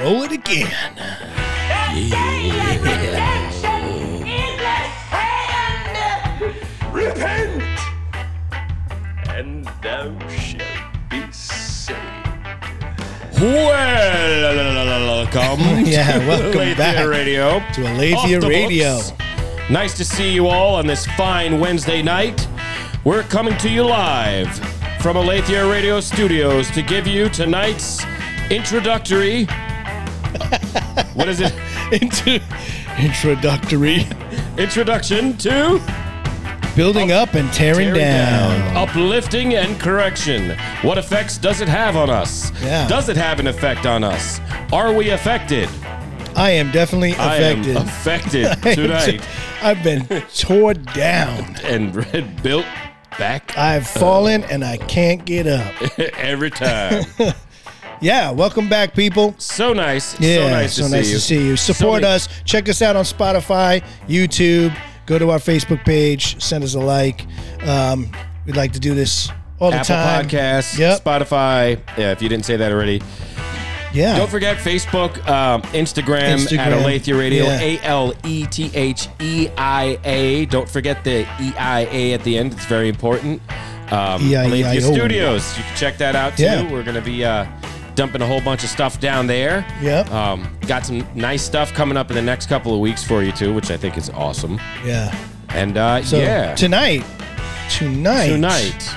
Roll it again. Repent, and thou shalt be saved. Well, welcome. Yeah, welcome Aletheia back Radio. to Off Aletheia the Radio. books. Nice to see you all on this fine Wednesday night. We're coming to you live from Aletheia Radio Studios to give you tonight's introductory. what is it? Into introductory Introduction to building up and tearing, down. Uplifting and correction. What effects does it have on us? Yeah. Does it have an effect on us? Are we affected? I am definitely affected. I am affected tonight I've been tore down. and red built back I've fallen and I can't get up. every time. Yeah, welcome back, people. So nice. Yeah, so nice, to, see to see you. So Support many- us. Check us out on Spotify, YouTube. Go to our Facebook page. Send us a like. Um, we'd like to do this all the Apple time. Podcasts, Yep. Spotify. Yeah, if you didn't say that already. Yeah. Don't forget Facebook, um, Instagram, at Instagram. Alethea Radio, Yeah. A L E T H E I A. Don't forget the E I A at the end. It's very important. Um, E-I-E-I-O. Alethea Studios. You can check that out too. Yeah. We're going to be uh, dumping a whole bunch of stuff down there. Yep. Um, got some nice stuff coming up in the next couple of weeks for you too, which I think is awesome. Yeah. And uh, So yeah, tonight, tonight, tonight.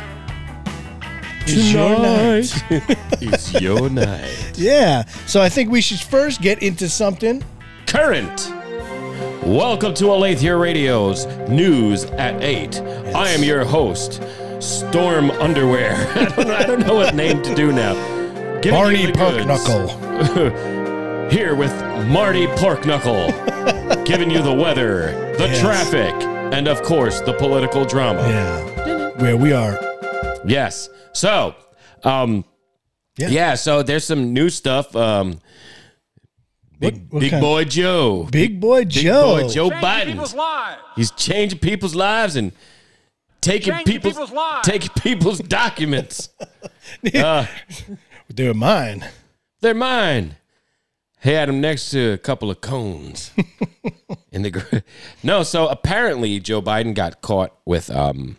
is your night. is your night. Yeah. So I think we should first get into something. Current. Welcome to Alethea Radio's News at 8. I am your host, Storm Underwear. I, don't know, I don't know what name to do now. Giving you Barney the Park goods. Knuckle. Here with Marty Porknuckle, giving you the weather, the Yes. traffic, and of course, the political drama. Yeah. Where we are. Yes. So, um, Yeah. yeah. so there's some new stuff. Um, big what big kind- boy Joe. Big Boy Joe. Boy Joe people's Biden. lives. He's changing people's lives and taking Changing people's, people's lives. taking people's documents. They're mine. They're mine. He had him next to a couple of cones in the gr- no. So apparently, Joe Biden got caught with um,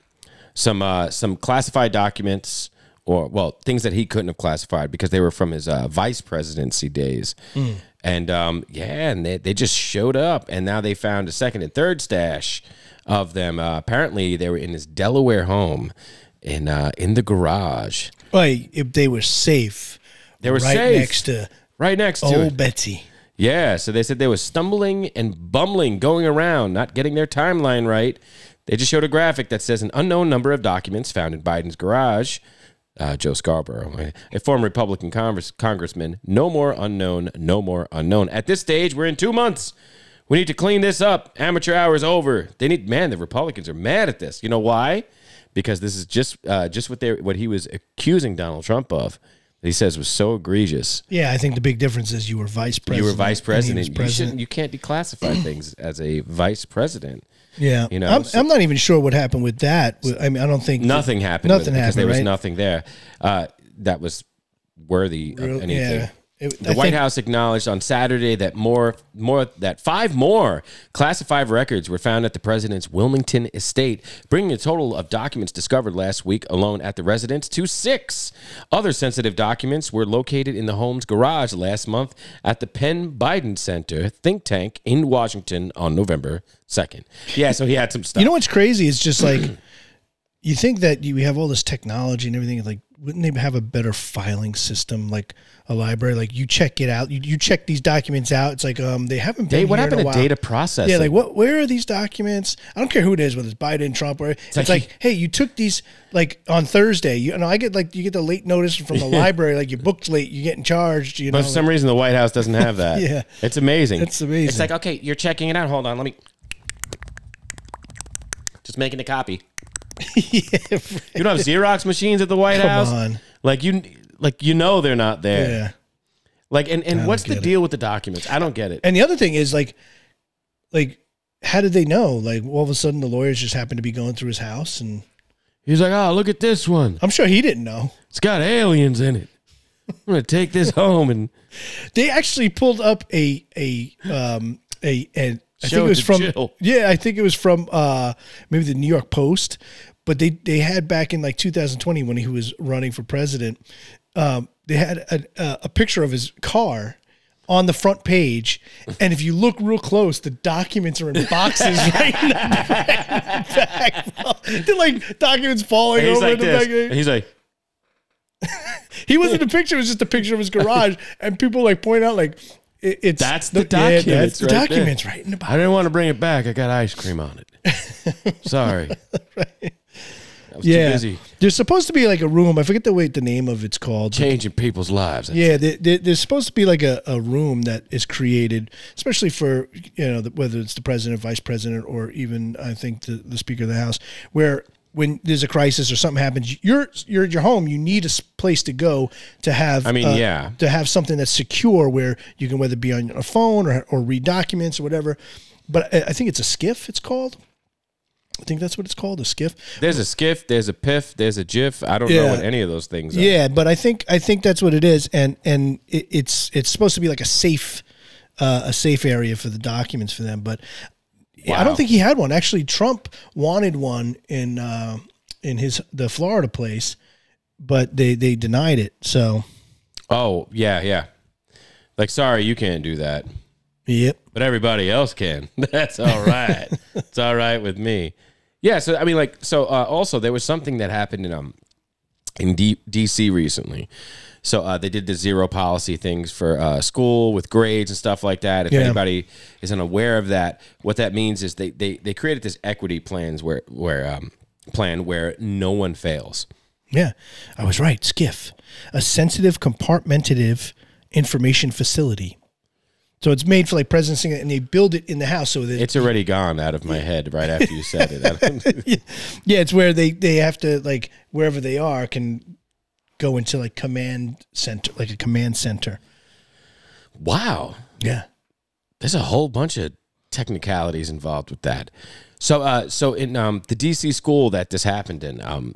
some uh, some classified documents or well things that he couldn't have classified because they were from his uh, vice presidency days. And um, yeah, and they, they just showed up, and now they found a second and third stash of them. Uh, apparently, they were in his Delaware home in uh, in the garage. Like if they were safe. They were right safe. next to Right next to it. old Betsy. Yeah, so they said they were stumbling and bumbling going around, not getting their timeline right. They just showed a graphic that says an unknown number of documents found in Biden's garage. Uh, Joe Scarborough, a former Republican Congress, congressman, no more unknown, no more unknown. At this stage, we're in two months. We need to clean this up. Amateur hour is over. They need man. The Republicans are mad at this. You know why? Because this is just uh, just what they what he was accusing Donald Trump of. That he says was so egregious. Yeah, I think the big difference is you were vice president. You were vice and he president. was You shouldn't. You can't declassify things as a vice president. Yeah, You know, I'm, so- I'm not even sure what happened with that. I mean, I don't think Nothing happened. Nothing with it because happened. There was right? nothing there uh, that was worthy of anything. Yeah, It- The I White think- House acknowledged on Saturday that more, more that five more classified records were found at the president's Wilmington estate, bringing the total of documents discovered last week alone at the residence to six. Other sensitive documents were located in the home's garage last month at the Penn Biden Center think tank in Washington on November second. Yeah, so he had some stuff. You know what's crazy? It's just like you think that you we have all this technology and everything. Like, wouldn't they have a better filing system, like a library? Like, you check it out. You, you check these documents out. It's like um, they haven't been. Hey, what here in a happened to while. data processing? Yeah, like what? Where are these documents? I don't care who it is, whether it's Biden, Trump, or it's, like- like, hey, you took these like on Thursday. You, you know, I get like you get the late notice from the library, like you booked late, you're getting charged. You know, But for some reason, the White House doesn't have that. Yeah. It's amazing. It's amazing. It's like, okay, you're checking it out. Hold on. Let me. Just making a copy. You don't have Xerox machines at the White Come House? on. Like, you. Like you know they're not there. yeah. Like and, and what's the get it. deal with the documents? I don't get it. And the other thing is like, like, how did they know? Like, all of a sudden, the lawyers just happened to be going through his house, and He's like, oh, look at this one. I'm sure he didn't know. It's got aliens in it. I'm gonna take this home and They actually pulled up a a um a and I Show think it was to from Jill. yeah I think it was from uh maybe the New York Post, but they they had back in like 2020 when he was running for president, um they had a a, a picture of his car. On the front page, and if you look real close, the documents are in boxes right in the back. They're like documents falling he's over like in the this. back. And he's like, He wasn't a picture. It was just a picture of his garage, and people like point out like it, it's That's the Yeah, documents that's the right there. documents right in the box. I didn't want to bring it back. I got ice cream on it. Sorry. I was Yeah, too busy there's supposed to be like a room. I forget the way the name of it's called. changing people's lives. Yeah, there, there, there's supposed to be like a, a room that is created, especially for you know the, whether it's the president, vice president, or even I think the, the speaker of the house, where when there's a crisis or something happens, you're you're at your home. You need a s- place to go to have. uh, I mean, yeah. to have something that's secure where you can whether it be on a phone or or read documents or whatever. But I, I think it's a skiff. It's called. I think that's what it's called, a skiff. There's a skiff, there's a piff, there's a jiff. I don't know Yeah. what any of those things are. Yeah, but I think I think that's what it is, and and it, it's it's supposed to be like a safe, uh, a safe area for the documents for them. But I Wow. don't think he had one. Actually, Trump wanted one in uh, in his the Florida place, but they they denied it. So Oh, yeah, yeah. Like, sorry, you can't do that. yep, but everybody else can. That's all right. it's all right with me. Yeah. So I mean, like, so uh, also there was something that happened in um in D- DC recently. So uh, they did the zero policy things for uh, school with grades and stuff like that. If Yeah. anybody is unaware of that, what that means is they they they created this equity plans where where um plan where no one fails. yeah, I was right. Skiff, a sensitive compartmentative information facility. So it's made for like presencing, and they build it in the house so that It's already gone out of my head right after you said it. I don't- Yeah, it's where they they have to like wherever they are can go into like command center, like a command center. wow. Yeah. there's a whole bunch of technicalities involved with that. So, uh, so in um, the DC school that this happened in, um,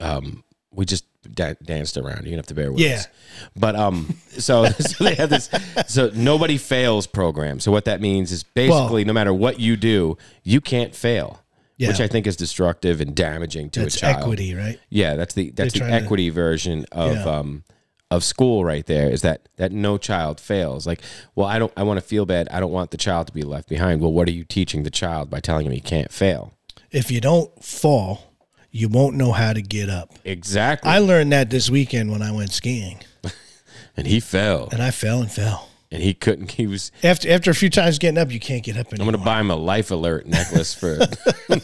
um, we just da- danced around. You have to bear with Yeah. us. But um, so, so they have this. So nobody fails program. So what that means is basically, no matter what you do, you can't fail, Yeah. which I think is destructive and damaging to a That's child. equity, right? Yeah, that's the that's the trying to- equity version of Yeah. um of school right there is that that no child fails. Like, well, I don't I want to feel bad. I don't want the child to be left behind. Well, what are you teaching the child by telling him he can't fail? If you don't fall, you won't know how to get up. Exactly. I learned that this weekend when I went skiing, and he fell. and I fell and fell. And he couldn't he was After after a few times getting up, you can't get up I'm anymore. gonna buy him a life alert necklace for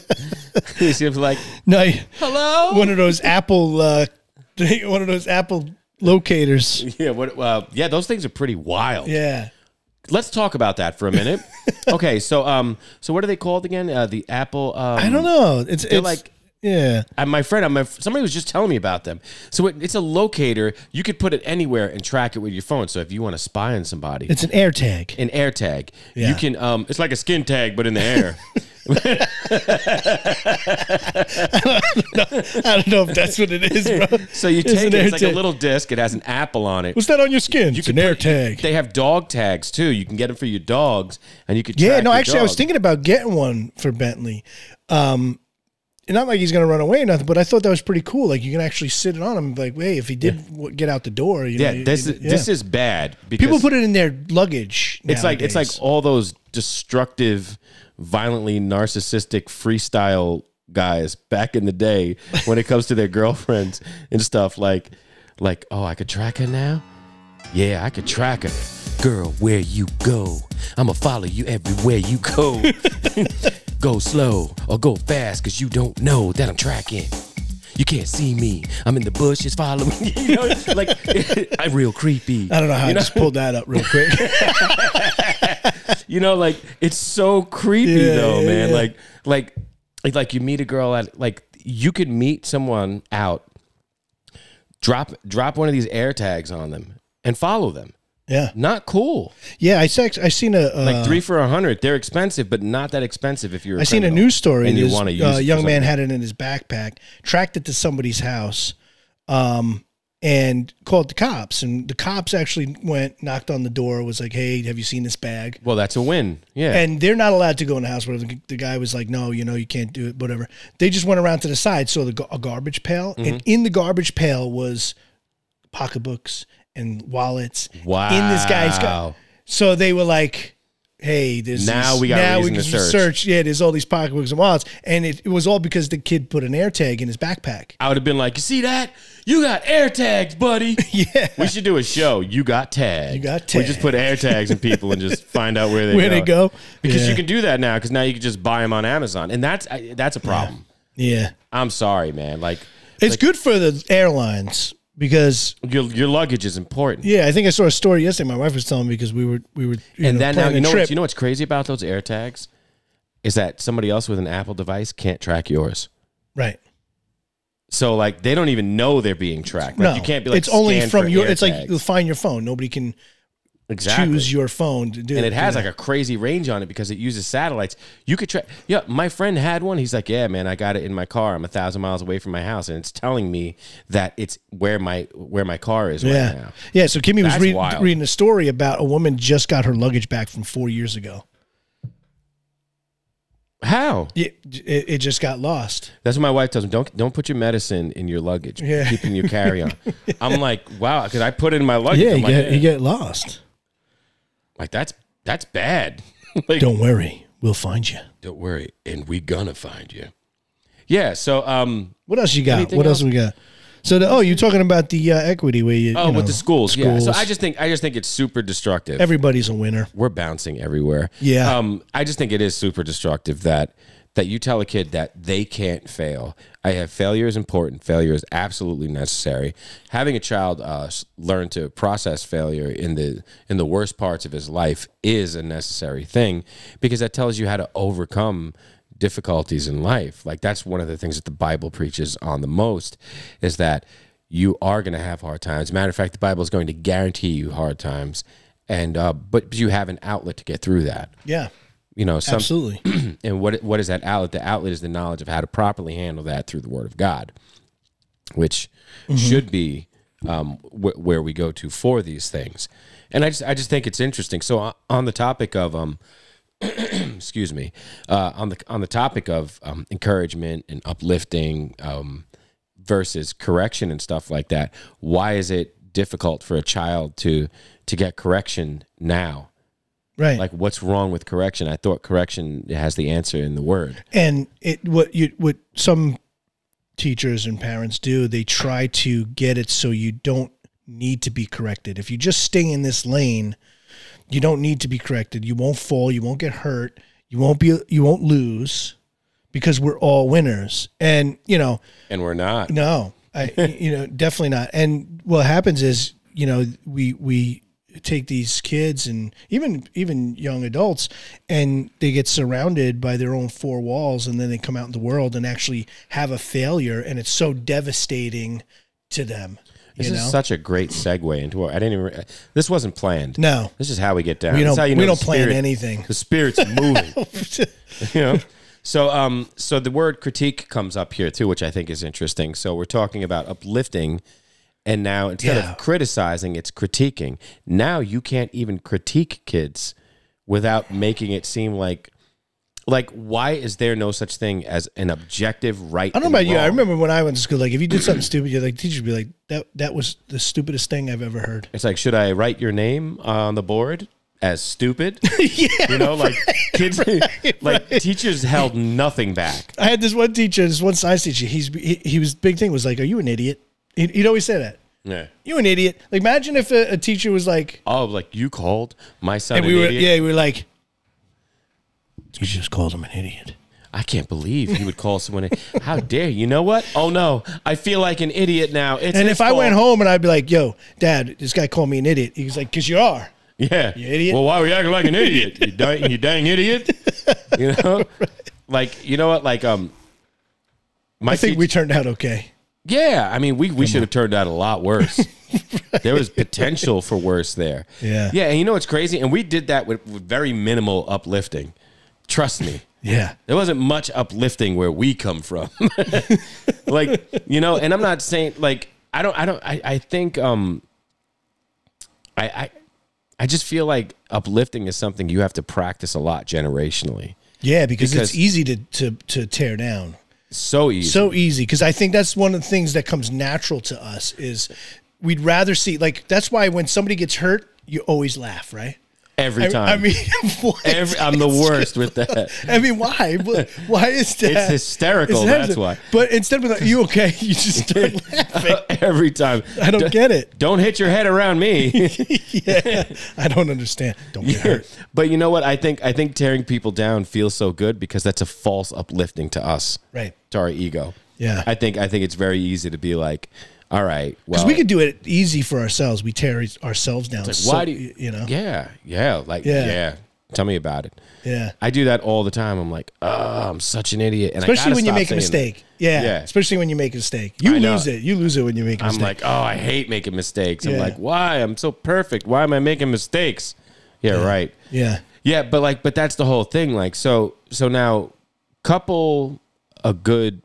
He seems like no, you- one of those Apple, uh, one of those Apple locators. yeah, what uh, yeah, those things are pretty wild. Yeah, Let's talk about that for a minute. okay, so um so what are they called again? Uh, the Apple um, I don't know. It's, it's like- like yeah, I, my friend, I'm a, somebody was just telling me about them. So it, it's a locator. You could put it anywhere and track it with your phone. So if you want to spy on somebody, it's an air tag. an air tag. You Yeah. can. Um, it's like a skin tag, but in the air. I don't know if that's what it is, bro. so you an take it. air It's like a tag. little disc. It has an apple on it. What's that on your skin? it's can an air put- tag. They have dog tags too. You can get them for your dogs, and you could. yeah, track no, your actually, I was dog. thinking about getting one for Bentley. Um, and not like he's gonna run away or nothing, but I thought that was pretty cool. Like you can actually sit it on him. Like, hey, if he did w get out the door, you know, Yeah, you- this you- is yeah. this is bad because people put it in their luggage. It's like it's like nowadays. all those destructive, violently narcissistic freestyle guys back in the day when it comes to their girlfriends and stuff like like oh I could track her now? Yeah, I could track her. Girl, where you go? I'ma follow you everywhere you go. go slow or go fast cuz you don't know that I'm tracking. You can't see me. I'm in the bushes following you. you know, like I'm real creepy. I don't know how I just pulled that up real quick. You know, like it's so creepy Yeah, though, yeah, man. yeah. Like, like, it's like you meet a girl at like you could meet someone out, drop drop one of these air tags on them and follow them. yeah, Not cool. yeah. I sex. I seen a uh, Like three for a hundred. They're expensive, but not that expensive if you're. I I seen a news story. and you this, want to use. uh, it for young man something. had it in his backpack, tracked it to somebody's house, um, and called the cops. And the cops actually went, knocked on the door, was like, hey, have you seen this bag? Well, that's a win. Yeah. And they're not allowed to go in the house. Whatever the, the guy was like, no, you know, you can't do it. Whatever. They just went around to the side, saw the ga- a garbage pail, Mm-hmm. and in the garbage pail was pocketbooks and wallets. wow. In this guy's car. So they were like, hey, there's Now these- we got now reason we to can search. Yeah, there's all these pocketbooks and wallets, and it, it was all because the kid put an AirTag in his backpack. I would have been like, you see that? You got air tags, buddy. Yeah. We should do a show. You got tagged. You got We just put air tags in people and just find out where they Where'd go. it go? Because Yeah. you can do that now. Because now you can just buy them on Amazon, and that's I, that's a problem. Yeah. I'm sorry, man. Like It's good for the airlines because your your luggage is important. yeah, I think I saw a story yesterday. My wife was telling me because we were we were you and know, then now planning you a know trip. what's, you know what's crazy about those air tags is that somebody else with an Apple device can't track yours. right. So like they don't even know they're being tracked. Like, no, you can't be like it's only scan from for your. air It's like tags. you'll find your phone. Nobody can exactly. choose your phone to do. and it has like a crazy range on it because it uses satellites. You could track. Yeah, my friend had one. He's like, yeah, man, I got it in my car. I'm a thousand miles away from my house, and it's telling me that it's where my where my car is yeah, right now. yeah. So Kimmy was That's read, wild. reading a story about a woman just got her luggage back from four years ago. How? It, it, it just got lost. That's what my wife tells me. Don't don't put your medicine in your luggage. Yeah. Keep it in your carry on. I'm like, wow, because I put it in my luggage. I'm like, eh. get lost. like that's that's bad. like, Don't worry, we'll find you. don't worry, and we gonna find you. Yeah. So um. What else you got? Anything what else? we else? got? So the, oh, you're talking about the uh, equity where you Oh, you know, with the schools, yeah. So schools. I just think I just think it's super destructive. everybody's a winner. we're bouncing everywhere. Yeah. Um, I just think it is super destructive that that you tell a kid that they can't fail. I have failure is important. Failure is absolutely necessary. Having a child uh, s- learn to process failure in the in the worst parts of his life is a necessary thing because that tells you how to overcome difficulties in life. Like that's one of the things that the Bible preaches on the most is that you are going to have hard times. Matter of fact, the Bible is going to guarantee you hard times, and uh, but you have an outlet to get through that. Yeah, You know, some, absolutely. and what what is that outlet? The outlet is the knowledge of how to properly handle that through the Word of God, which should be um, wh- where we go to for these things. And I just I just think it's interesting. So o- on the topic of um, excuse me, uh, on the on the topic of um, encouragement and uplifting um, versus correction and stuff like that, why is it difficult for a child to to get correction now? Right. like what's wrong with correction i thought correction has the answer in the word and it what you what some teachers and parents do they try to get it so you don't need to be corrected if you just stay in this lane you don't need to be corrected you won't fall you won't get hurt you won't be you won't lose because we're all winners and you know and we're not no, I you know definitely not. And what happens is you know we we take these kids and even even young adults and they get surrounded by their own four walls and then they come out in the world and actually have a failure and it's so devastating to them. this you is know, such a great segue into what i didn't even this wasn't planned no, this is how we get down we This is don't how you know we the don't plan spirit- anything. the spirit's moving you know so um so the word critique comes up here too which i think is interesting so we're talking about uplifting and now instead Yeah. of criticizing it's critiquing now you can't even critique kids without making it seem like like why is there no such thing as an objective right I don't and know about you. I wrong? remember when I went to school. Like, if you did something stupid, you're like, teacher would be like, "That that was the stupidest thing I've ever heard." it's like should i write your name on the board as stupid yeah, you know like kids like teachers held nothing back I had this one teacher, this one science teacher. He's he, he was big thing was like, "Are you an idiot?" He'd, he'd always say that. yeah You an idiot? Like imagine if a, a teacher was like, oh like you called my son and an we were idiot? yeah, we were like, you just called him an idiot. I can't believe he would call someone. a- How dare you? You know what? Oh no, I feel like an idiot now. It's And his if I went fault. home and I'd be like, "Yo, Dad, this guy called me an idiot," he was like, "Cause you are." yeah, You idiot. Well, why were you acting like an idiot? You dang, you dang idiot. You know, like you know what? Like um, my I think teach- we turned out okay. Yeah, I mean, we, we should have turned out a lot worse. There was potential for worse there. Yeah. Yeah, and you know what's crazy? And we did that with, with very minimal uplifting. Trust me. Yeah, There wasn't much uplifting where we come from. like, you know, and I'm not saying like I don't. I don't. I, I think. Um. I, I I just feel like uplifting is something you have to practice a lot generationally. Yeah, because, Because- it's easy to, to to tear down. So easy. So easy because I think that's one of the things that comes natural to us is we'd rather see like that's why when somebody gets hurt you always laugh right. every I, time. I mean, what? Every, I'm the worst with that. I mean, why? What- Why is that? It's hysterical, It's that's why. But instead of like, "You okay?" You just start laughing. every time. I don't get it. Don't hit your head around me. I don't understand. Don't get hurt. but you know what? I think I think tearing people down feels so good because that's a false uplifting to us, Right. to our ego. Yeah. I think I think it's very easy to be like, all right, well, Because we could do it easy for ourselves. We tear ourselves down. like, so- why do you, you know? Yeah, yeah, like Yeah. yeah. Tell me about it. Yeah. I do that all the time. I'm like, oh, I'm such an idiot, and I Especially gotta when you stop make a saying that. mistake. Yeah. Yeah. Especially when you make a mistake. You I know. lose it. You lose it when you make a I'm mistake. like, oh, I hate making mistakes. I'm Yeah. like, why? I'm so perfect. Why am I making mistakes? yeah. right. yeah. Yeah, but like, but that's the whole thing. Like, so, so now, couple a good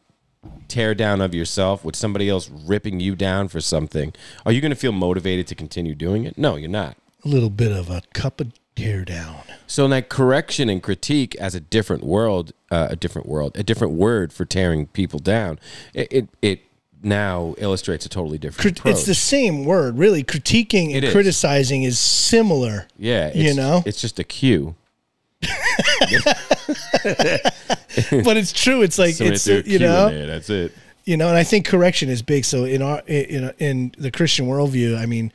tear down of yourself with somebody else ripping you down for something. Are you going to feel motivated to continue doing it? No, you're not. A little bit of a cup of tear down. So, like, correction and critique as a different world, uh, a different world, a different word for tearing people down. It it, it now illustrates a totally Cri- different. It's approach. the same word, really. Critiquing and It is. criticizing is similar. yeah, you it's- know? it's just a cue. but it's true. It's like Somebody it's threw a you cue in know there, that's it. you know, and I think correction is big. So in our in in the Christian worldview, I mean,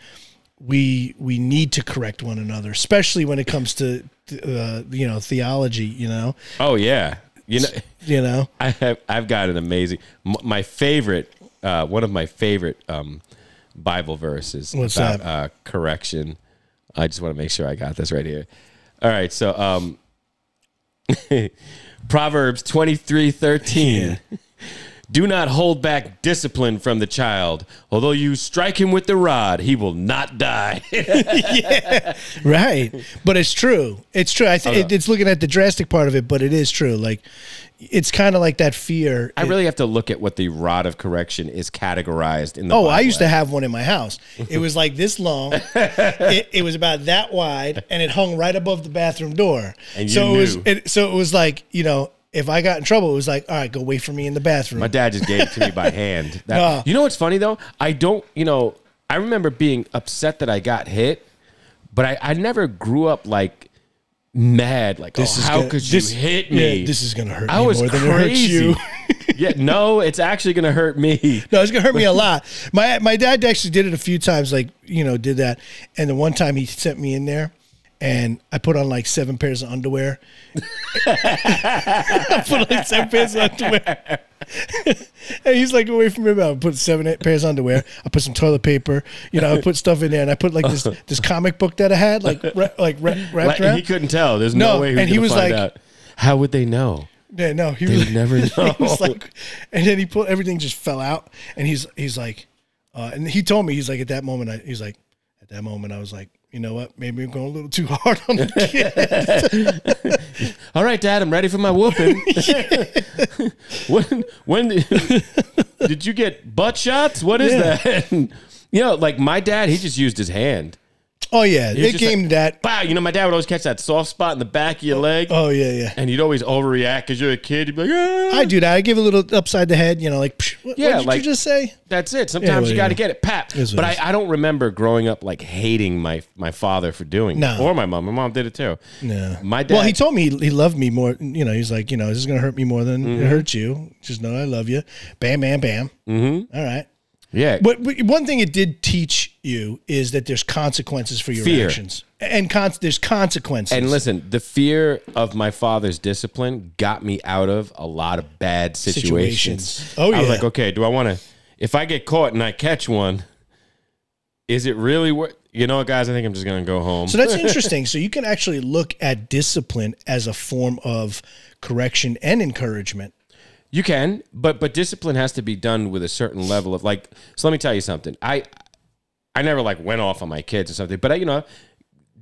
we we need to correct one another, especially when it comes to uh, you know theology. You know, Oh yeah, you know. you know, I have I've got an amazing m- my favorite uh, one of my favorite um, Bible verses What's about that? Uh, correction. I just want to make sure I got this right here. All right, so um, Proverbs twenty three thirteen. Do not hold back discipline from the child. Although you strike him with the rod, he will not die. right? But it's true. It's true. I think it, it's looking at the drastic part of it, but it is true. Like it's kind of like that fear. I really have to look at what the rod of correction is categorized in the. Oh, I used to have one in my house. It was like this long. it, it was about that wide, and it hung right above the bathroom door. And you so it was. knew. It, so it was like you know, if I got in trouble, it was like, all right, go wait for me in the bathroom. My dad just gave it to me by hand. That- No. You know what's funny though? I don't. You know, I remember being upset that I got hit, but I, I never grew up like mad. Like, oh, is how gonna- could this- you hit yeah, me? this is gonna hurt I me was more than it hurts crazy. you. yeah, no, it's actually gonna hurt me. No, it's gonna hurt me a lot. My my dad actually did it a few times, like you know, did that. And the one time he sent me in there, and I put on like seven pairs of underwear. I put on like seven pairs of underwear. and he's like away from me. but I put seven eight pairs of underwear. I put some toilet paper. You know, I put stuff in there, and I put like this this comic book that I had, like ra- like ra- wrapped Like, around. he couldn't tell. There's no, No, way. He and and he he was find like- out. how would they know? Yeah, no, he They was, would never know. he was like, and then he pulled everything just fell out, and he's he's like, uh, and he told me he's like at that moment I, he's like at that moment I was like, you know what, maybe I'm going a little too hard on the kid. All right, Dad, I'm ready for my whooping. when when did, did you get butt shots? What is Yeah. that? you know, like my dad, he just used his hand. oh yeah, it just came to that. Wow, you know, my dad would always catch that soft spot in the back of your leg, Oh yeah, yeah. and you'd always overreact because you're a kid. You'd be like, "Ah." I do that. I give a little upside the head, you know, like psh, what, Yeah, what did like- you just say? That's it. Sometimes well, you got to yeah. get it, pap. It's But what it is. I, I don't remember growing up like hating my my father for doing it. No. or my mom. My mom did it too. No. My dad. Well, he told me he, he loved me more. You know, he's like, you know, this is gonna hurt me more than Mm-hmm. it hurts you. Just know I love you. Bam, bam, bam. Mm-hmm. All right. yeah. But, but one thing it did teach you is that there's consequences for your Fear. actions, and con- there's consequences. And listen, the fear of my father's discipline got me out of a lot of bad situations. Situations. Oh, I was yeah. like, okay, do I want to? If I get caught and I catch one, is it really worth? You know, what, guys, I think I'm just gonna go home. so that's interesting. So you can actually look at discipline as a form of correction and encouragement. you can, but but discipline has to be done with a certain level of like. So let me tell you something. I I never like went off on my kids or something, but I, you know,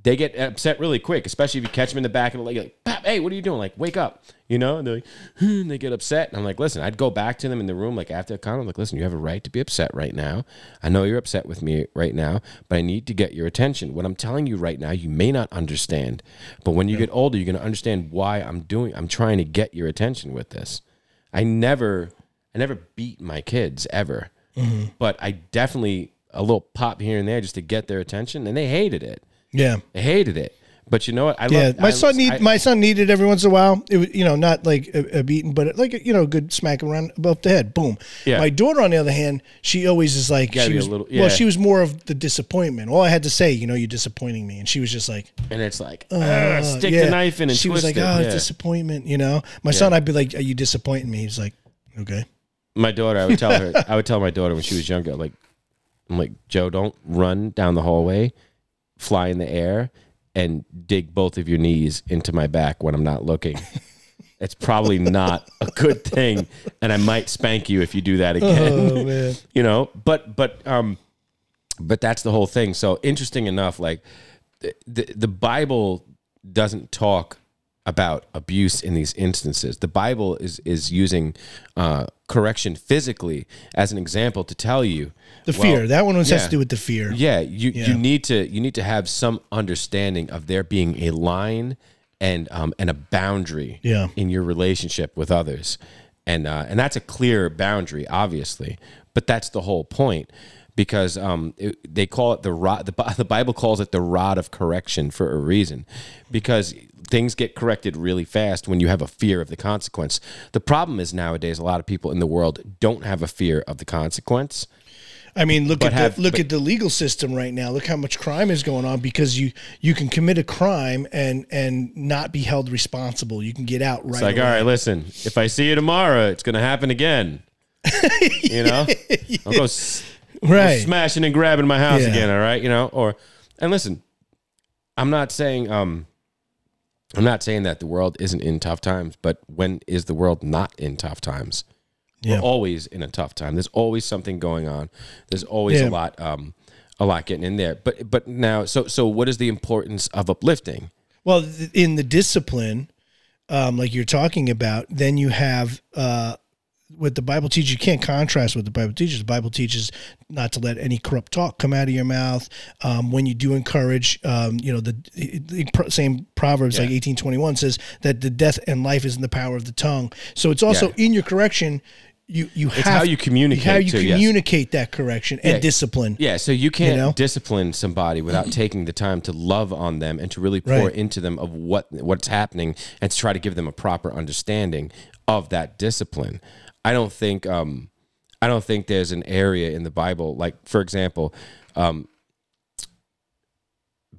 they get upset really quick, especially if you catch them in the back of the leg. Like, Pop, hey, what are you doing? Like, wake up, you know? And they're like, "Hmm," and they get upset. And I'm like, listen, I'd go back to them in the room, like after the con. I'm like, listen, you have a right to be upset right now. I know you're upset with me right now, but I need to get your attention. What I'm telling you right now, you may not understand, but when you get older, you're gonna understand why I'm doing. I'm trying to get your attention with this. I never, I never beat my kids ever, but I definitely a little pop here and there just to get their attention, and they hated it. Yeah. I hated it. But you know what? I Yeah, love my son need I, my son needed every once in a while. It was you know not like a, a beating, but like you know a good smack around above the head, boom. Yeah. My daughter, on the other hand, she always is like Gotta she be a was, little- yeah. well, she was more of the disappointment. All I had to say, you know, you're disappointing me, and she was just like, and it's like uh, "Ugh, stick yeah. the knife in and she was twist like, it. oh, Yeah. disappointment. You know, my son, I'd be like, are you disappointing me? He's like, okay, My daughter, I would tell her, I would tell my daughter when she was younger, like, I'm like Joe, don't run down the hallway, fly in the air, and dig both of your knees into my back when I'm not looking. It's probably not a good thing, and I might spank you if you do that again. oh man, you know but but um but that's the whole thing so interesting enough like the the, the bible doesn't talk about abuse in these instances the bible is is using uh correction physically as an example to tell you the well, fear. That one was has yeah. to do with the fear. yeah, you Yeah. you need to you need to have some understanding of there being a line and um and a boundary Yeah. in your relationship with others. And uh and that's a clear boundary obviously, but that's the whole point because um it, they call it the rod the, Bi- the Bible calls it the rod of correction for a reason because things get corrected really fast when you have a fear of the consequence. The problem is nowadays a lot of people in the world don't have a fear of the consequence. I mean, look at have- the, look but- at the legal system right now. Look how much crime is going on because you you can commit a crime and and not be held responsible. You can get out right. It's like, all away. right, listen, if I see you tomorrow, it's going to happen again. You know? I'll go s- right, smashing and grabbing my house Yeah. again, all right? You know? Or, and listen, I'm not saying, um, I'm not saying that the world isn't in tough times, but when is the world not in tough times? Yeah. We're always in a tough time. There's always something going on. There's always Yeah. a lot, um, a lot getting in there. But but now, so so what is the importance of uplifting? Well, th- in the discipline, um, like you're talking about, then you have uh, what the Bible teaches. You can't contrast what the Bible teaches. The Bible teaches not to let any corrupt talk come out of your mouth. Um, when you do encourage, um, you know the, the pro- same Proverbs like Yeah. 18:21 says that the death and life is in the power of the tongue. So it's also in your correction. You you have how you communicate, how you too, yes. communicate that correction and Yeah. discipline. Yeah, so you can't know? discipline somebody without taking the time to love on them and to really pour Right. into them of what what's happening and to try to give them a proper understanding of that discipline. I don't think um I don't think there's an area in the Bible like for example, um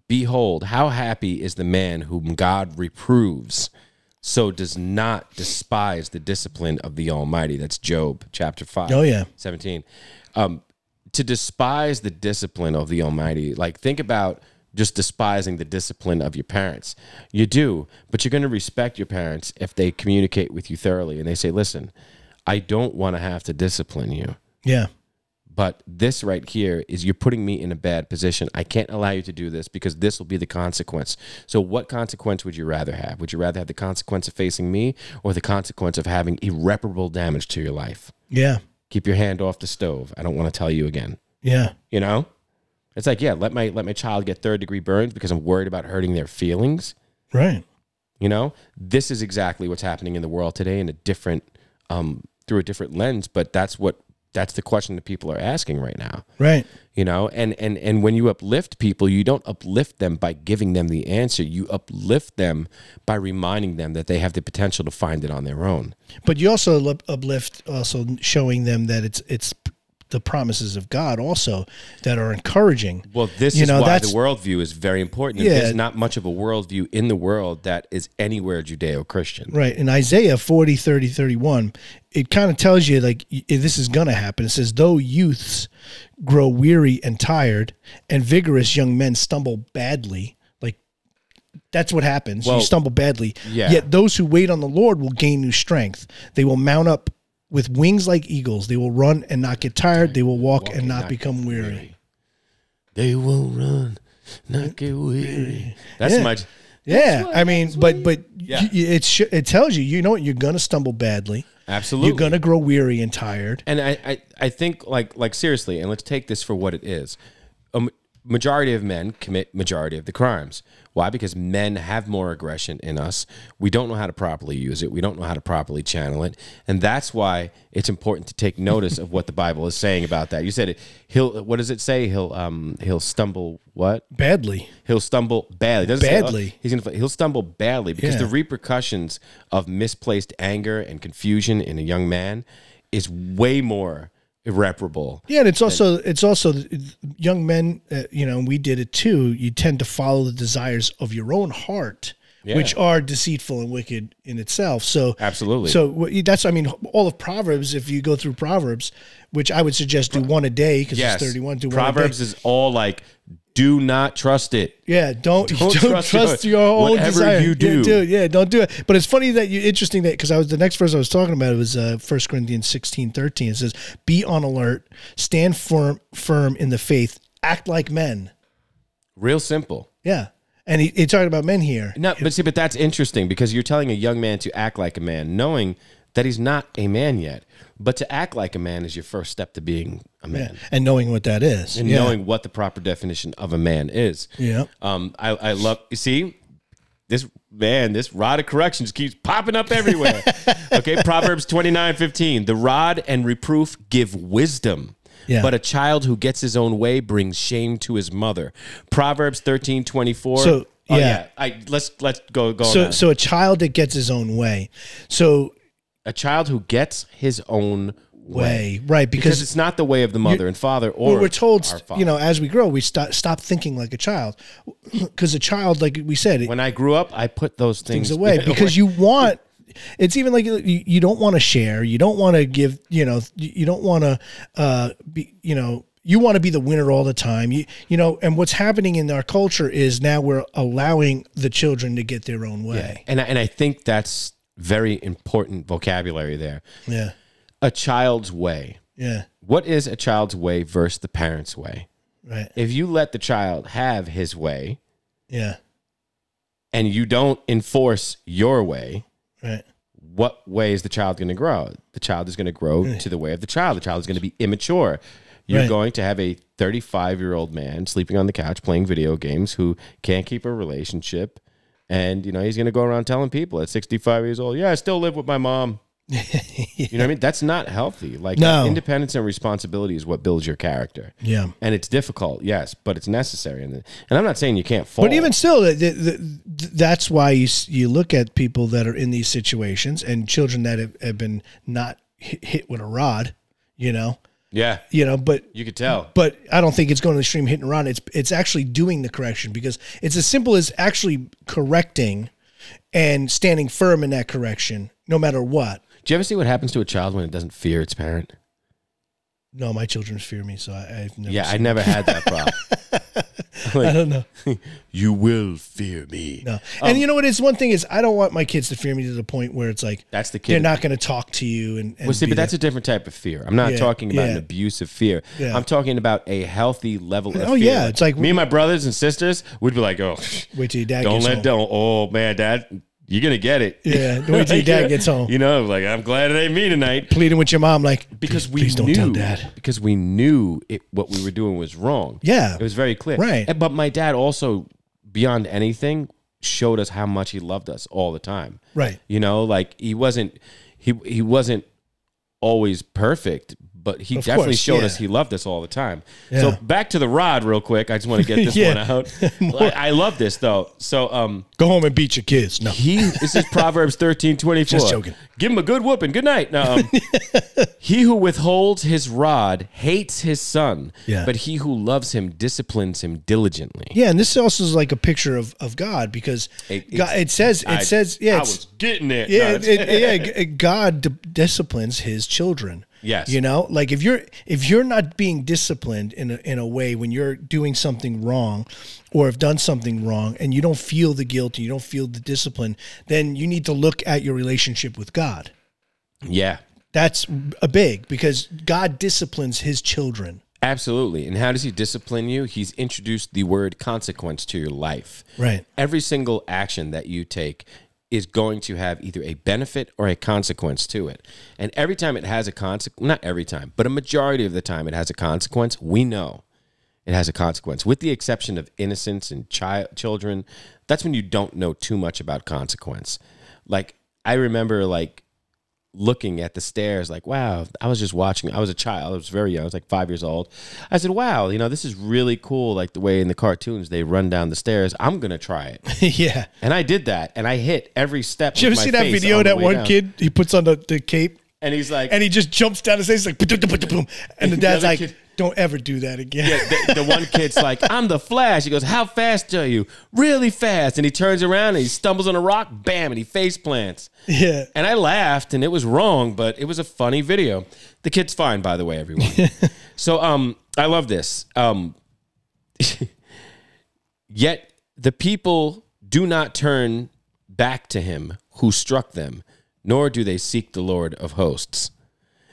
behold how happy is the man whom God reproves so does not despise the discipline of the almighty that's Job chapter 5 Oh yeah. 17 um, to despise the discipline of the almighty like think about just despising the discipline of your parents you do but you're going to respect your parents if they communicate with you thoroughly and they say listen i don't want to have to discipline you Yeah. but this right here is you're putting me in a bad position. I can't allow you to do this because this will be the consequence. So, what consequence would you rather have? Would you rather have the consequence of facing me or the consequence of having irreparable damage to your life? Yeah. keep your hand off the stove. I don't want to tell you again. Yeah. You know? It's like, yeah, let my let my child get third degree burns because I'm worried about hurting their feelings. Right. You know? This is exactly what's happening in the world today in a different um through a different lens, but that's what that's the question that people are asking right now. Right. You know, and and and when you uplift people, you don't uplift them by giving them the answer. You uplift them by reminding them that they have the potential to find it on their own. But you also lip- uplift, also showing them that it's it's the promises of God also that are encouraging. Well, this You is know, why the that's- worldview is very important. Yeah. There's not much of a worldview in the world that is anywhere Judeo-Christian. Right. In Isaiah 40, 30, 31, it kind of tells you like y- this is going to happen. It says, though youths grow weary and tired and vigorous young men stumble badly, like that's what happens. Well, you stumble badly. yeah. Yet those who wait on the Lord will gain new strength. They will mount up with wings like eagles. They will run and not get tired. They will walk, and not become weary. They will run Not get weary. That's Yeah. my. Yeah, I mean, but but Yeah. y- y- it sh- it tells you, you know what, you're gonna stumble badly. Absolutely. You're gonna grow weary and tired. and I, I, I think like like seriously, and let's take this for what it is. A m- majority of men commit majority of the crimes. Why? Because men have more aggression in us. We don't know how to properly use it. We don't know how to properly channel it, and that's why it's important to take notice of what the Bible is saying about that. You said it. He'll. What does it say? He'll. Um. He'll stumble. What? Badly. He'll stumble badly. It doesn't say, oh, Badly. he's gonna. He'll stumble badly because Yeah. the repercussions of misplaced anger and confusion in a young man is way more irreparable. Yeah, and it's also it's also uh, young men, uh, you know, and we did it too. You tend to follow the desires of your own heart, which are deceitful and wicked in itself. So Absolutely. So what you- that's I mean, all of Proverbs. If you go through Proverbs, which I would suggest do one a day because yes. it's thirty-one. Do Proverbs One a day. is all like, do not trust it. Yeah, don't Don't don't, trust trust, your- your, own whatever desire. you do. Yeah, dude, yeah, don't do it. But it's funny that you interesting that because I was the next verse I was talking about it was uh, 1 Corinthians 16, 13. It says, "Be on alert, stand firm, firm in the faith, act like men." Real simple. Yeah, and he, he talking about men here. No, but see, but that's interesting because you're telling a young man to act like a man, knowing that he's not a man yet. But to act like a man is your first step to being a man. And knowing what that is, and yeah. knowing what the proper definition of a man is. Yeah. Um, I, I love you see this man, this rod of correction just keeps popping up everywhere. okay, Proverbs twenty nine fifteen. The rod and reproof give wisdom. Yeah. But a child who gets his own way brings shame to his mother. Proverbs thirteen twenty four. So, Oh, yeah. I let's let's go go so on. so a child that gets his own way, so a child who gets his own way. way right Because, because it's not the way of the mother and father or Well, we're told, our you father. know, as we grow, we stop stop thinking like a child, because a child, like we said, it when I grew up, I put those things things, away because you want. It's even like you, you don't want to share, you don't want to give, you know, you you don't want to, uh, be, you know. You want to be the winner all the time, you you know. And what's happening in our culture is now we're allowing the children to get their own way. And I, and I think that's very important vocabulary there. Yeah, A child's way. yeah, What is a child's way versus the parent's way? right, If you let the child have his way yeah, and you don't enforce your way, right, what way is the child going to grow? The child is going to grow to the way of the child. The child is going to be immature. You're Right. going to have a 35 year old man sleeping on the couch playing video games who can't keep a relationship. And, you know, he's going to go around telling people at 65 years old, yeah, I still live with my mom. You know what I mean? That's not healthy. Like, No. independence and responsibility is what builds your character. yeah. And it's difficult, yes, but it's necessary. And, and I'm not saying you can't fall. But even still, the, the, the, that's why you s- you look at people that are in these situations and children that have, have been not hit, hit with a rod, you know, yeah, you know. But you could tell. but I don't think it's going to the extreme hit and run. It's it's actually doing the correction because it's as simple as actually correcting and standing firm in that correction, no matter what. Do you ever see what happens to a child when it doesn't fear its parent? No, my children fear me, so I, I've never. Yeah, I seen- never had that problem. I don't know. you will fear me. No. And you know what? It's one thing is I don't want my kids to fear me to the point where it's like That's the kid. they're not going to talk to you and, and well, see, be but that- that's a different type of fear. I'm not Yeah, talking about an yeah. abusive fear. Yeah. I'm talking about a healthy level of Oh, fear. yeah, it's like- me and my brothers and sisters would be like, oh, Wait till your dad don't gets let home. don't. Oh man, dad, you're gonna get it. Yeah, wait till your dad gets home. You know, like I'm glad it ain't me tonight Pleading with your mom, like because please, we please don't knew tell dad. because we knew it, what we were doing was wrong. Yeah. it was very clear. Right. And- but my dad also, beyond anything, showed us how much he loved us all the time. Right. You know, like he wasn't he he wasn't always perfect, but he Of definitely course, showed yeah. us he loved us all the time. Yeah. So back to the rod real quick. I just want to get this Yeah. one out. Like, I love this though. So um Go home and beat your kids. No. he this is Proverbs thirteen twenty four. Just joking. Give him a good whooping. Good night. No, um, he who withholds his rod hates his son, Yeah. but he who loves him disciplines him diligently. Yeah, and this also is like a picture of, of God because It- God, it says it I- says yeah I it's- was getting it. yeah No, it, it's- it- yeah g- God d- disciplines His children. Yes. you know, like if you're if you're not being disciplined in a, in a way when you're doing something wrong, or have done something wrong, and you don't feel the guilt and you don't feel the discipline, then you need to look at your relationship with God. yeah. That's a big because God disciplines his children Absolutely. And how does he discipline you? He's introduced the word consequence to your life. Right. Every single action that you take is going to have either a benefit or a consequence to it. And every time it has a consequence, not every time, but a majority of the time it has a consequence, we know it has a consequence. With the exception of innocence and child children, that's when you don't know too much about consequence. Like I remember like looking at the stairs like wow i was just watching i was a child i was very young i was like five years old i said wow you know this is really cool like the way in the cartoons they run down the stairs i'm gonna try it yeah. and i did that and i hit every step Did you with ever my see that face video on of the that way one down. kid? He puts on the, the cape and he's like and he just jumps down and says like, "Ba-dum-dum-dum-dum." and the The dad's other like, kid- "Don't ever do that again." the, the one kid's like, I'm the Flash. He goes, How fast are you? Really fast. And he turns around and he stumbles on a rock, bam, and he face plants. Yeah. And I laughed and it was wrong, but it was a funny video. The kid's fine, by the way, everyone. so um I love this. Um yet the people do not turn back to him who struck them, nor do they seek the Lord of hosts.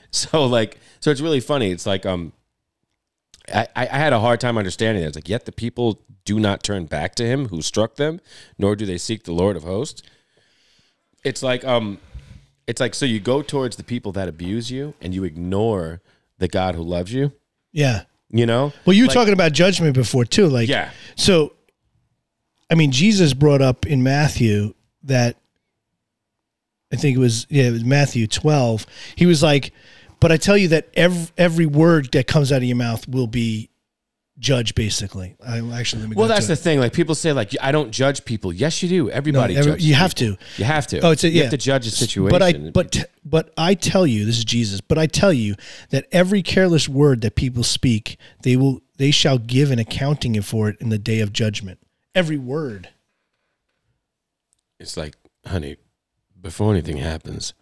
So like so it's really funny. It's like um I, I I had a hard time understanding that. It's like, yet the people do not turn back to him who struck them, nor do they seek the Lord of hosts. It's like um it's like so you go towards the people that abuse you and you ignore the God who loves you, Yeah. you know? Well, you were talking about judgment before too, like Yeah. So, I mean, Jesus brought up in Matthew that I think it was yeah, it was Matthew twelve. He was like, "But I tell you that every every word that comes out of your mouth will be judged." Basically, I actually let me. Well, go that's to the thing. Like people say, like I don't judge people. Yes, you do. Everybody it. Every- judges. you have to. You have to. Oh, it's a, you yeah. have to judge a situation. But I but but I tell you, this is Jesus. But I tell you that every careless word that people speak, they will they shall give an accounting for it in the day of judgment. Every word. it's like, honey, before anything happens,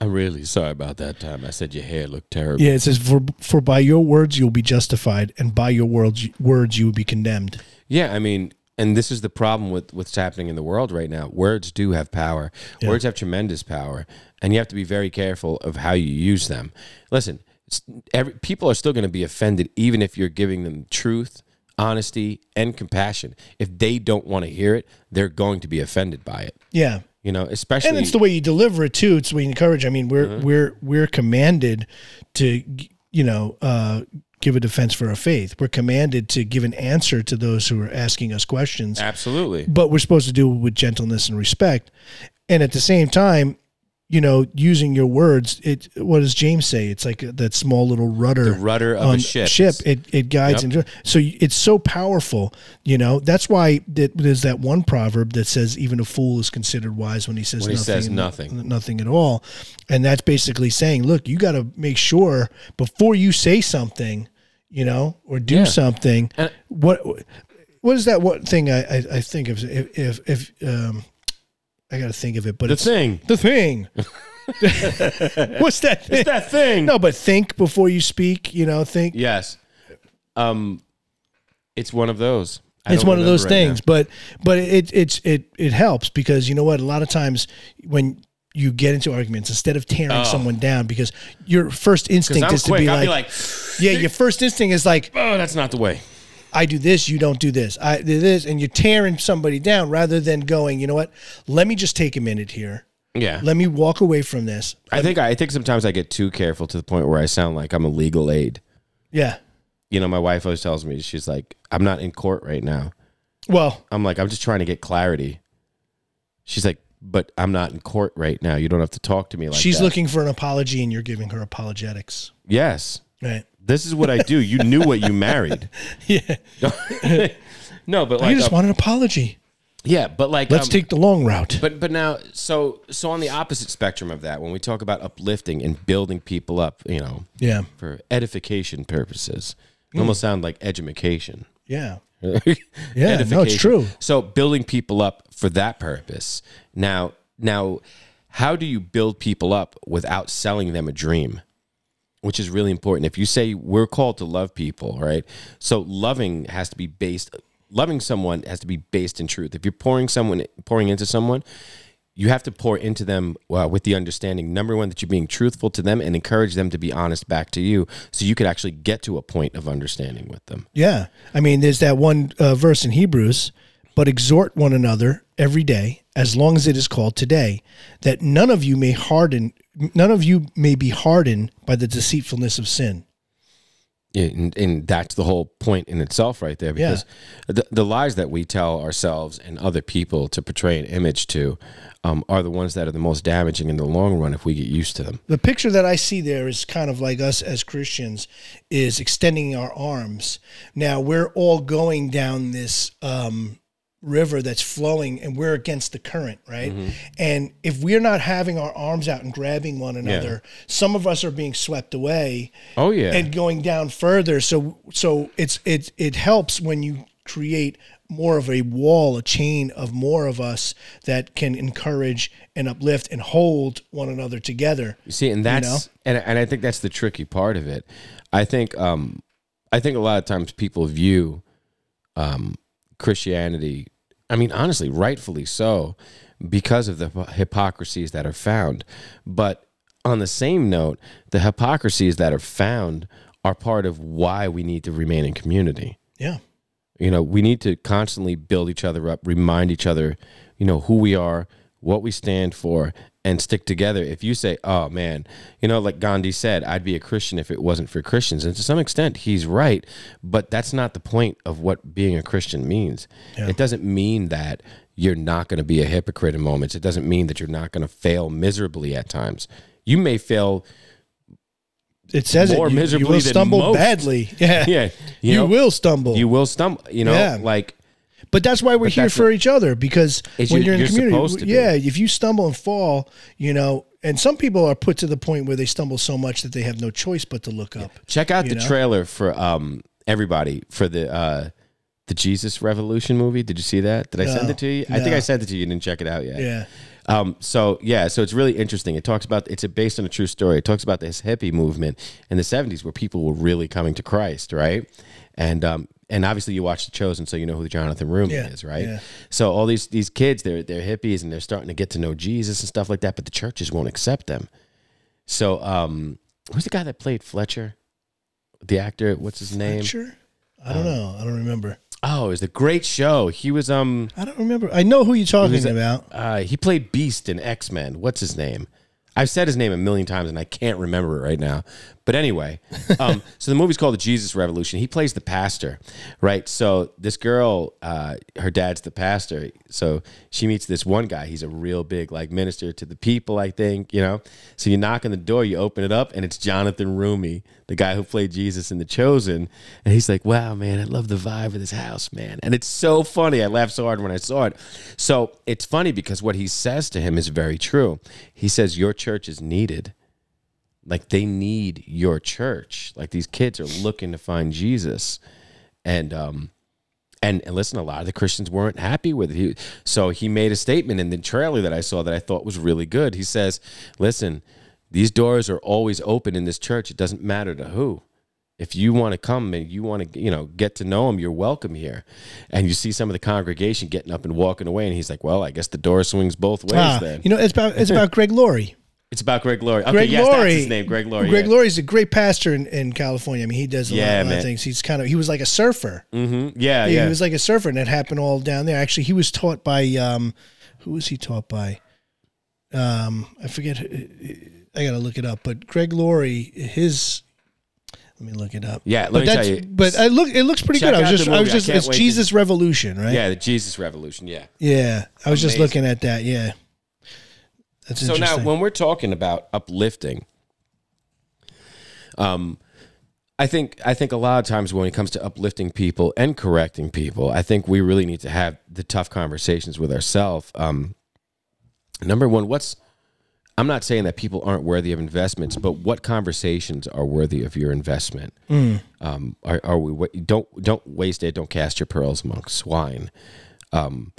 I'm really sorry about that time. I said your hair looked terrible. Yeah, it says for for by your words you'll be justified, and by your words words you will be condemned. Yeah, I mean, and this is the problem with what's happening in the world right now. Words do have power. Words have tremendous power, and you have to be very careful of how you use them. Listen, s- every, people are still going to be offended, even if you're giving them truth, honesty, and compassion. If they don't want to hear it, they're going to be offended by it. Yeah, You know, especially and it's the way you deliver it too. It's the way you encourage. I mean, we're Uh-huh. we're we're commanded to you know uh, give a defense for our faith. We're commanded to give an answer to those who are asking us questions. absolutely. but we're supposed to do it with gentleness and respect. And at the same time, you know, using your words, it what does James say? It's like that small little rudder, rudder of a on ship. It it guides and so you- it's so powerful. You know, that's why that, there's that one proverb that says even a fool is considered wise when he says When he nothing, says and- nothing. nothing at all, and that's basically saying, look, you got to make sure before you say something, you know, or do Yeah. something. And- what what is that one thing I, I, I think of if if, if um I gotta think of it, but The it's thing. the thing. What's that? Thing? It's that thing. No, but think before you speak. You know, think. Yes. Um, it's one of those. I it's don't one of those remember right now. things, but but it it's it it helps because you know what? A lot of times when you get into arguments, instead of tearing someone down, because your first instinct Oh. I'm is to quick. be I'll like, be like, yeah, your first instinct is like, oh, that's not the way. I do this, you don't do this. I do this, and you're tearing somebody down rather than going, you know what? Let me just take a minute here. Yeah. Let me walk away from this. I think I think sometimes I get too careful to the point where I sound like I'm a legal aid. Yeah. You know, my wife always tells me she's like, "I'm not in court right now." Well, I'm like, "I'm just trying to get clarity." She's like, "But I'm not in court right now. You don't have to talk to me like she's that." looking for an apology, and you're giving her apologetics. yes, Right. this is what I do. You knew what you married. Yeah. no, but you like, just um, want an apology. yeah, but like, Let's um, take the long route. But but now so so on the opposite spectrum of that, when we talk about uplifting and building people up, you know, yeah. for edification purposes, it almost sound like edumacation. Yeah. yeah, no, it's true. So building people up for that purpose. Now now, how do you build people up without selling them a dream? Which is really important. If you say we're called to love people, right? So loving has to be based. Loving someone has to be based in truth. If you're pouring someone pouring into someone, you have to pour into them uh, with the understanding number one that you're being truthful to them and encourage them to be honest back to you so you could actually get to a point of understanding with them Yeah. I mean, there's that one uh, verse in Hebrews, but exhort one another every day, as long as it is called today, that none of you may harden, none of you may be hardened by the deceitfulness of sin. and, and that's the whole point in itself right there because the, the lies that we tell ourselves and other people to portray an image to um, are the ones that are the most damaging in the long run if we get used to them The picture that I see there is kind of like us as Christians is extending our arms. Now we're all going down this um, river that's flowing, and we're against the current, right? And if we're not having our arms out and grabbing one another, some of us are being swept away. oh yeah and going down further. So so it's it it helps when you create more of a wall, a chain of more of us that can encourage and uplift and hold one another together. You see, and that's and and I think that's the tricky part of it. I think um I think a lot of times people view um Christianity, I mean honestly, rightfully so, because of the hypocrisies that are found. But on the same note, the hypocrisies that are found are part of why we need to remain in community Yeah. you know we need to constantly build each other up remind each other you know who we are what we stand for and stick together if you say oh man you know like gandhi said i'd be a christian if it wasn't for christians and to some extent he's right but that's not the point of what being a christian means it doesn't mean that you're not going to be a hypocrite in moments it doesn't mean that you're not going to fail miserably at times you may fail It says More it, you- you, miserably will than stumble most. badly. Yeah. yeah You, know, will stumble. you will stumble you know Yeah. like But that's why we're But here that's for each other because It's when you're your- in you're community, supposed to be. yeah, if you stumble and fall, you know, and some people are put to the point where they stumble so much that they have no choice but to look up. Check out you the know? trailer for um everybody for the uh the Jesus Revolution movie. Did you see that? Did I send No, it to you? I think no. I sent it to you. You didn't check it out yet. Yeah. Um. So yeah. So it's really interesting. It talks about it's a, based on a true story. It talks about this hippie movement in the '70s where people were really coming to Christ, right? And um and obviously you watch The Chosen, so you know who Jonathan Rumi Yeah, is, right? yeah. So all these these kids, they're they're hippies and they're starting to get to know Jesus and stuff like that, but the churches won't accept them. So um, who's the guy that played Fletcher? The actor, what's his name? Sure. I Um, don't know. I don't remember. Oh, it's a great show. He was um I don't remember. I know who you're talking about. uh he played Beast in X Men. What's his name? I've said his name a million times and I can't remember it right now. But anyway, um, so the movie's called The Jesus Revolution. He plays the pastor, right? So this girl, uh, her dad's the pastor. So she meets this one guy. He's a real big like minister to the people, I think, you know? So you knock on the door, you open it up, and it's Jonathan Rumi, the guy who played Jesus in The Chosen. And he's like, wow, man, I love the vibe of this house, man. And it's so funny. I laughed so hard when I saw it. So it's funny because what he says to him is very true. He says, Your church is needed. Like they need your church. Like these kids are looking to find Jesus. And, um, and, and listen, a lot of the Christians weren't happy with it. He, so he made a statement in the trailer that I saw that I thought was really good. He says, Listen, these doors are always open in this church. It doesn't matter to who. If you want to come and you want to, you know, get to know him, you're welcome here. And you see some of the congregation getting up and walking away, and he's like, "Well, I guess the door swings both ways." Ah, then you know, it's about it's about Greg Laurie. it's about Greg Laurie. Okay, Greg yes, Laurie. that's his name, Greg Laurie. Greg yeah. Laurie's a great pastor in, in California. I mean, he does a lot- Yeah, lot, man. of things. He's kind of he was like a surfer. Mhm. Yeah, He- yeah. He was like a surfer, and it happened all down there. Actually, he was taught by um, who was he taught by? Um, I forget. who- I gotta look it up. But Greg Laurie, his. Let me look it up. Yeah, let but me that's- tell you. But I look. It looks pretty Check good. I was out the just. I movie. was I just. can't It's wait to- Jesus Revolution, right? yeah, the Jesus Revolution. Yeah. Yeah, I was just Amazing. looking at that. Yeah, that's So interesting. now, when we're talking about uplifting, um, I think I think a lot of times when it comes to uplifting people and correcting people, I think we really need to have the tough conversations with ourselves. Um, number one, what's I'm not saying that people aren't worthy of investments, but what conversations are worthy of your investment? Mm. Um, are, are we wa- don't don't waste it? Don't cast your pearls amongst swine. Um,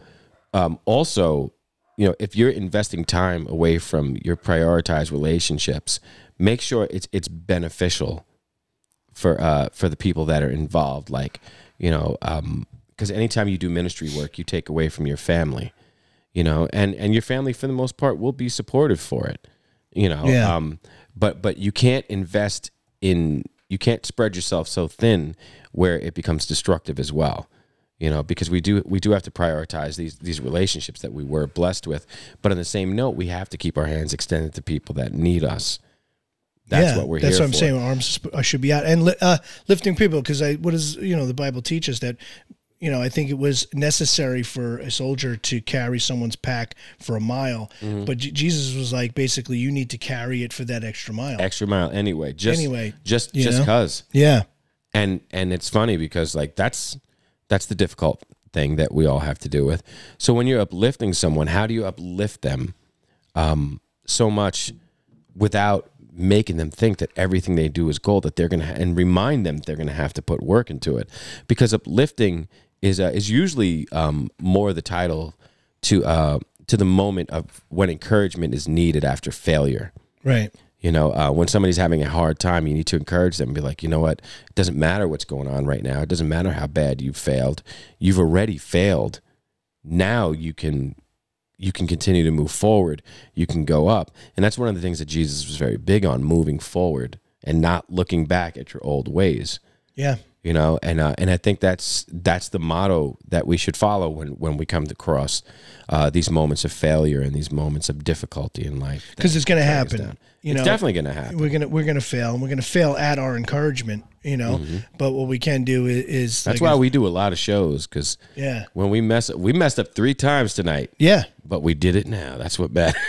also, you know, if you're investing time away from your prioritized relationships, make sure it's it's beneficial for uh for the people that are involved. Like, you know, um, because anytime you do ministry work, you take away from your family. You you know, and and your family for the most part will be supportive for it, you know. Yeah. Um, but but you can't invest in you can't spread yourself so thin where it becomes destructive as well. You know, because we do we do have to prioritize these these relationships that we were blessed with, but on the same note, we have to keep our hands extended to people that need us. That's what we're That's here what I'm for. saying. Arms sp- I should be out and li- uh, lifting people because I what is you know the Bible teaches that you know I think it was necessary for a soldier to carry someone's pack for a mile, Mm-hmm. but J- Jesus was like basically you need to carry it for that extra mile. Extra mile anyway. Just Anyway, just you just know? cause. yeah, and and it's funny because like that's that's the difficult thing that we all have to do with so when you're uplifting someone how do you uplift them um so much without making them think that everything they do is gold that they're gonna ha- and remind them that they're gonna have to put work into it because uplifting is uh, is usually um more the title to uh to the moment of when encouragement is needed after failure right. you know, uh, when somebody's having a hard time, you need to encourage them and be like, you know what? It doesn't matter what's going on right now. It doesn't matter how bad you failed. You've already failed. Now you can you can continue to move forward. You can go up. And that's one of the things that Jesus was very big on, moving forward and not looking back at your old ways Yeah, you know and uh, and I think that's that's the motto that we should follow when when we come to cross uh, these moments of failure and these moments of difficulty in life that because it's going to drag us happen. down. You it's know, definitely going to happen we're gonna we're gonna fail, and we're gonna fail at our encouragement. You know, but what we can do is, is Mm-hmm. that's like, why we do a lot of shows because yeah, when we mess up we messed up three times tonight yeah. but we did it now that's what matters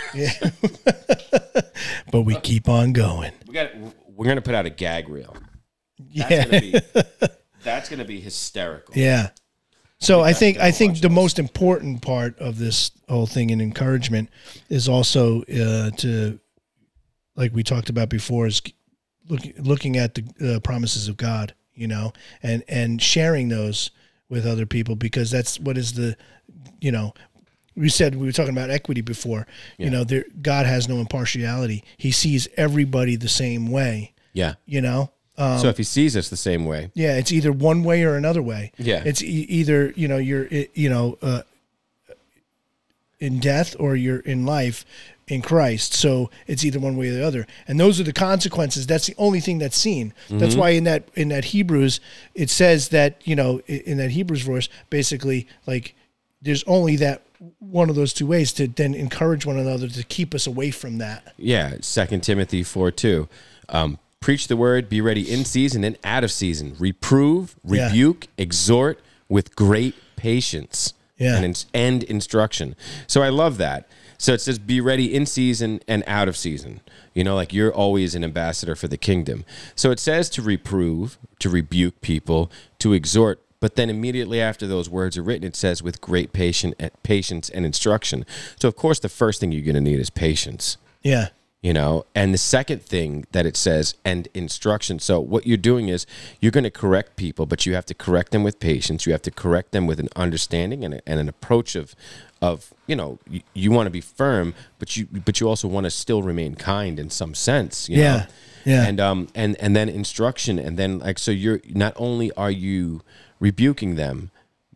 But Uh, we keep on going. we got we're going to put out a gag reel that's Yeah. going to be that's going to be hysterical Yeah. So I think I think the most important part of this whole thing in encouragement is also uh, to, like we talked about before, is look, looking at the uh, promises of God, you know, and and sharing those with other people because that's what is the, you know, we said we were talking about equity before. You know, there, God has no impartiality; He sees everybody the same way. yeah You know, um, so if he sees us the same way yeah, it's either one way or another way. Yeah. it's e- either you know you're i- you know uh, in death or you're in life in Christ. So it's either one way or the other, and those are the consequences. That's the only thing that's seen. That's why in that in that Hebrews it says that you know i- in that Hebrews verse basically like there's only that one of those two ways to then encourage one another to keep us away from that. Yeah, Second Timothy four two. Um, preach the word, be ready in season and out of season. Reprove, Yeah. rebuke, exhort with great patience Yeah. and, ins- and instruction. So I love that. So it says, be ready in season and out of season. You know, like you're always an ambassador for the kingdom. So it says to reprove, to rebuke people, to exhort. But then immediately after those words are written, it says with great patient, patience and instruction. So of course, the first thing you're going to need is patience Yeah, you know and the second thing that it says and instruction so what you're doing is you're going to correct people but you have to correct them with patience you have to correct them with an understanding and, a, and an approach of of you know you, you want to be firm but you but you also want to still remain kind in some sense you Yeah. know? Yeah. and um and and then instruction and then like so you're not only are you rebuking them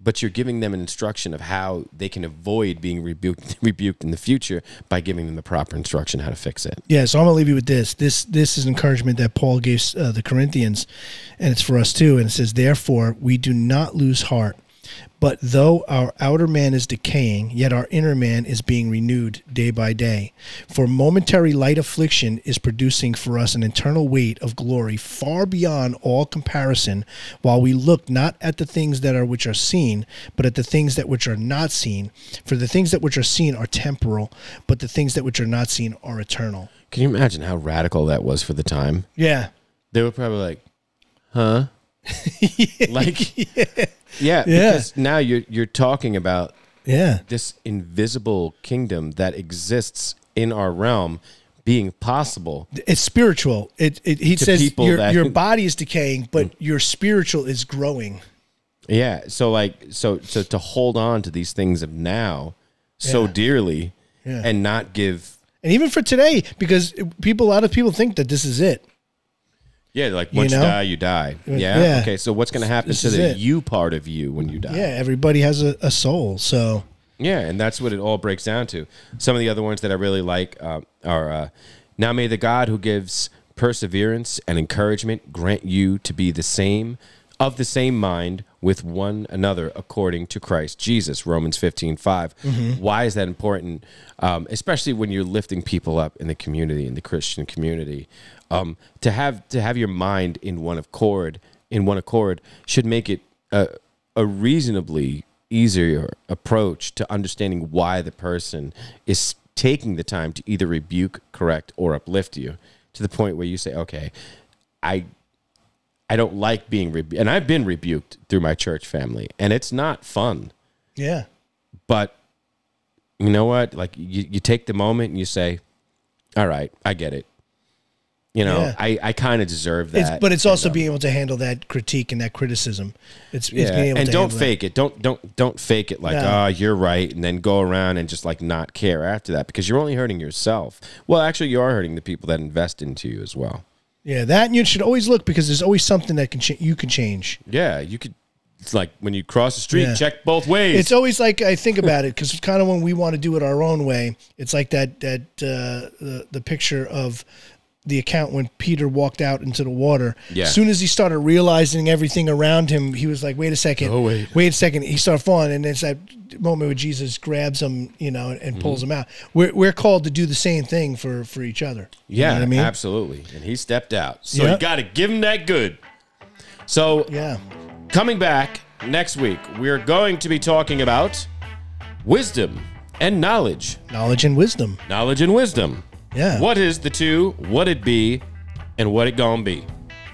but you're giving them an instruction of how they can avoid being rebuked rebuked in the future by giving them the proper instruction how to fix it Yeah, so I'm gonna leave you with this. This this is encouragement that Paul gave uh, the Corinthians, and it's for us too. And it says, therefore, we do not lose heart, but though our outer man is decaying, yet our inner man is being renewed day by day. For momentary light affliction is producing for us an eternal weight of glory far beyond all comparison, while we look not at the things that are which are seen, but at the things that which are not seen. For the things that which are seen are temporal, but the things that which are not seen are eternal. can you imagine how radical that was for the time Yeah. they were probably like huh like yeah, because now you're you're talking about Yeah. this invisible kingdom that exists in our realm being possible It's spiritual. It, it he says people your that- Mm. your body is decaying, but your spiritual is growing. Yeah. So like so so to hold on to these things of now so Yeah. dearly Yeah. and not give And even for today, because people a lot of people think that this is it. yeah, like once you, know? die, you die. Yeah? yeah. Okay. So what's gonna happen This to is the it. you part of you when you die? Yeah, everybody has a, a soul. So Yeah, and that's what it all breaks down to. Some of the other ones that I really like uh, are uh, Now may the God who gives perseverance and encouragement grant you to be the same, of the same mind with one another according to Christ Jesus. Romans 15, 5. Why is that important? Um, especially when you're lifting people up in the community, in the Christian community. Um, to have to have your mind in one accord, in one accord, should make it uh, a, a reasonably easier approach to understanding why the person is taking the time to either rebuke, correct, or uplift you to the point where you say, okay, I. I don't like being rebuked, and I've been rebuked through my church family, and it's not fun. Yeah. But you know what? Like you, you take the moment and you say, "All right, I get it." You know, Yeah. I, I kind of deserve that. It's, but it's And, also um, being able to handle that critique and that criticism. It's, it's yeah, being able and to don't handle that. fake it. Don't don't don't fake it like No. ah you're right, and then go around and just like not care after that because you're only hurting yourself. Well, actually, you are hurting the people that invest into you as well. Yeah, that and you should always look because there's always something that can ch- you can change. Yeah, you could. It's like when you cross the street, Yeah. check both ways. It's always like I think about it because it's kind of when we want to do it our own way. It's like that that uh, the the picture of the account when Peter walked out into the water. Yeah. As soon as he started realizing everything around him, he was like, "Wait a second! Oh, wait. a second! He started falling, and it's that moment where Jesus grabs him, you know, and, and Mm-hmm. pulls him out. We're we're called to do the same thing for for each other. You know Yeah, what I mean, absolutely. And he stepped out. So you Yep. got to give him that good. So yeah. coming back next week, we're going to be talking about wisdom and knowledge. Knowledge and wisdom. Knowledge and wisdom. Yeah. What is the two? What it be? And what it gonna be?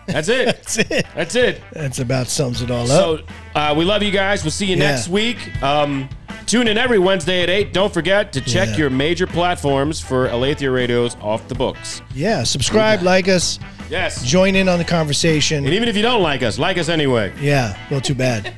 That's it. That's it. That's it. That's about sums it all up. So uh, we love you guys. We'll see you Yeah. next week. Um, tune in every Wednesday at 8. Don't forget to check Yeah. your major platforms for Alethea Radio's Off the Books. Yeah, subscribe, like us, Yes. join in on the conversation. And even if you don't like us, like us anyway. Yeah, well, too bad.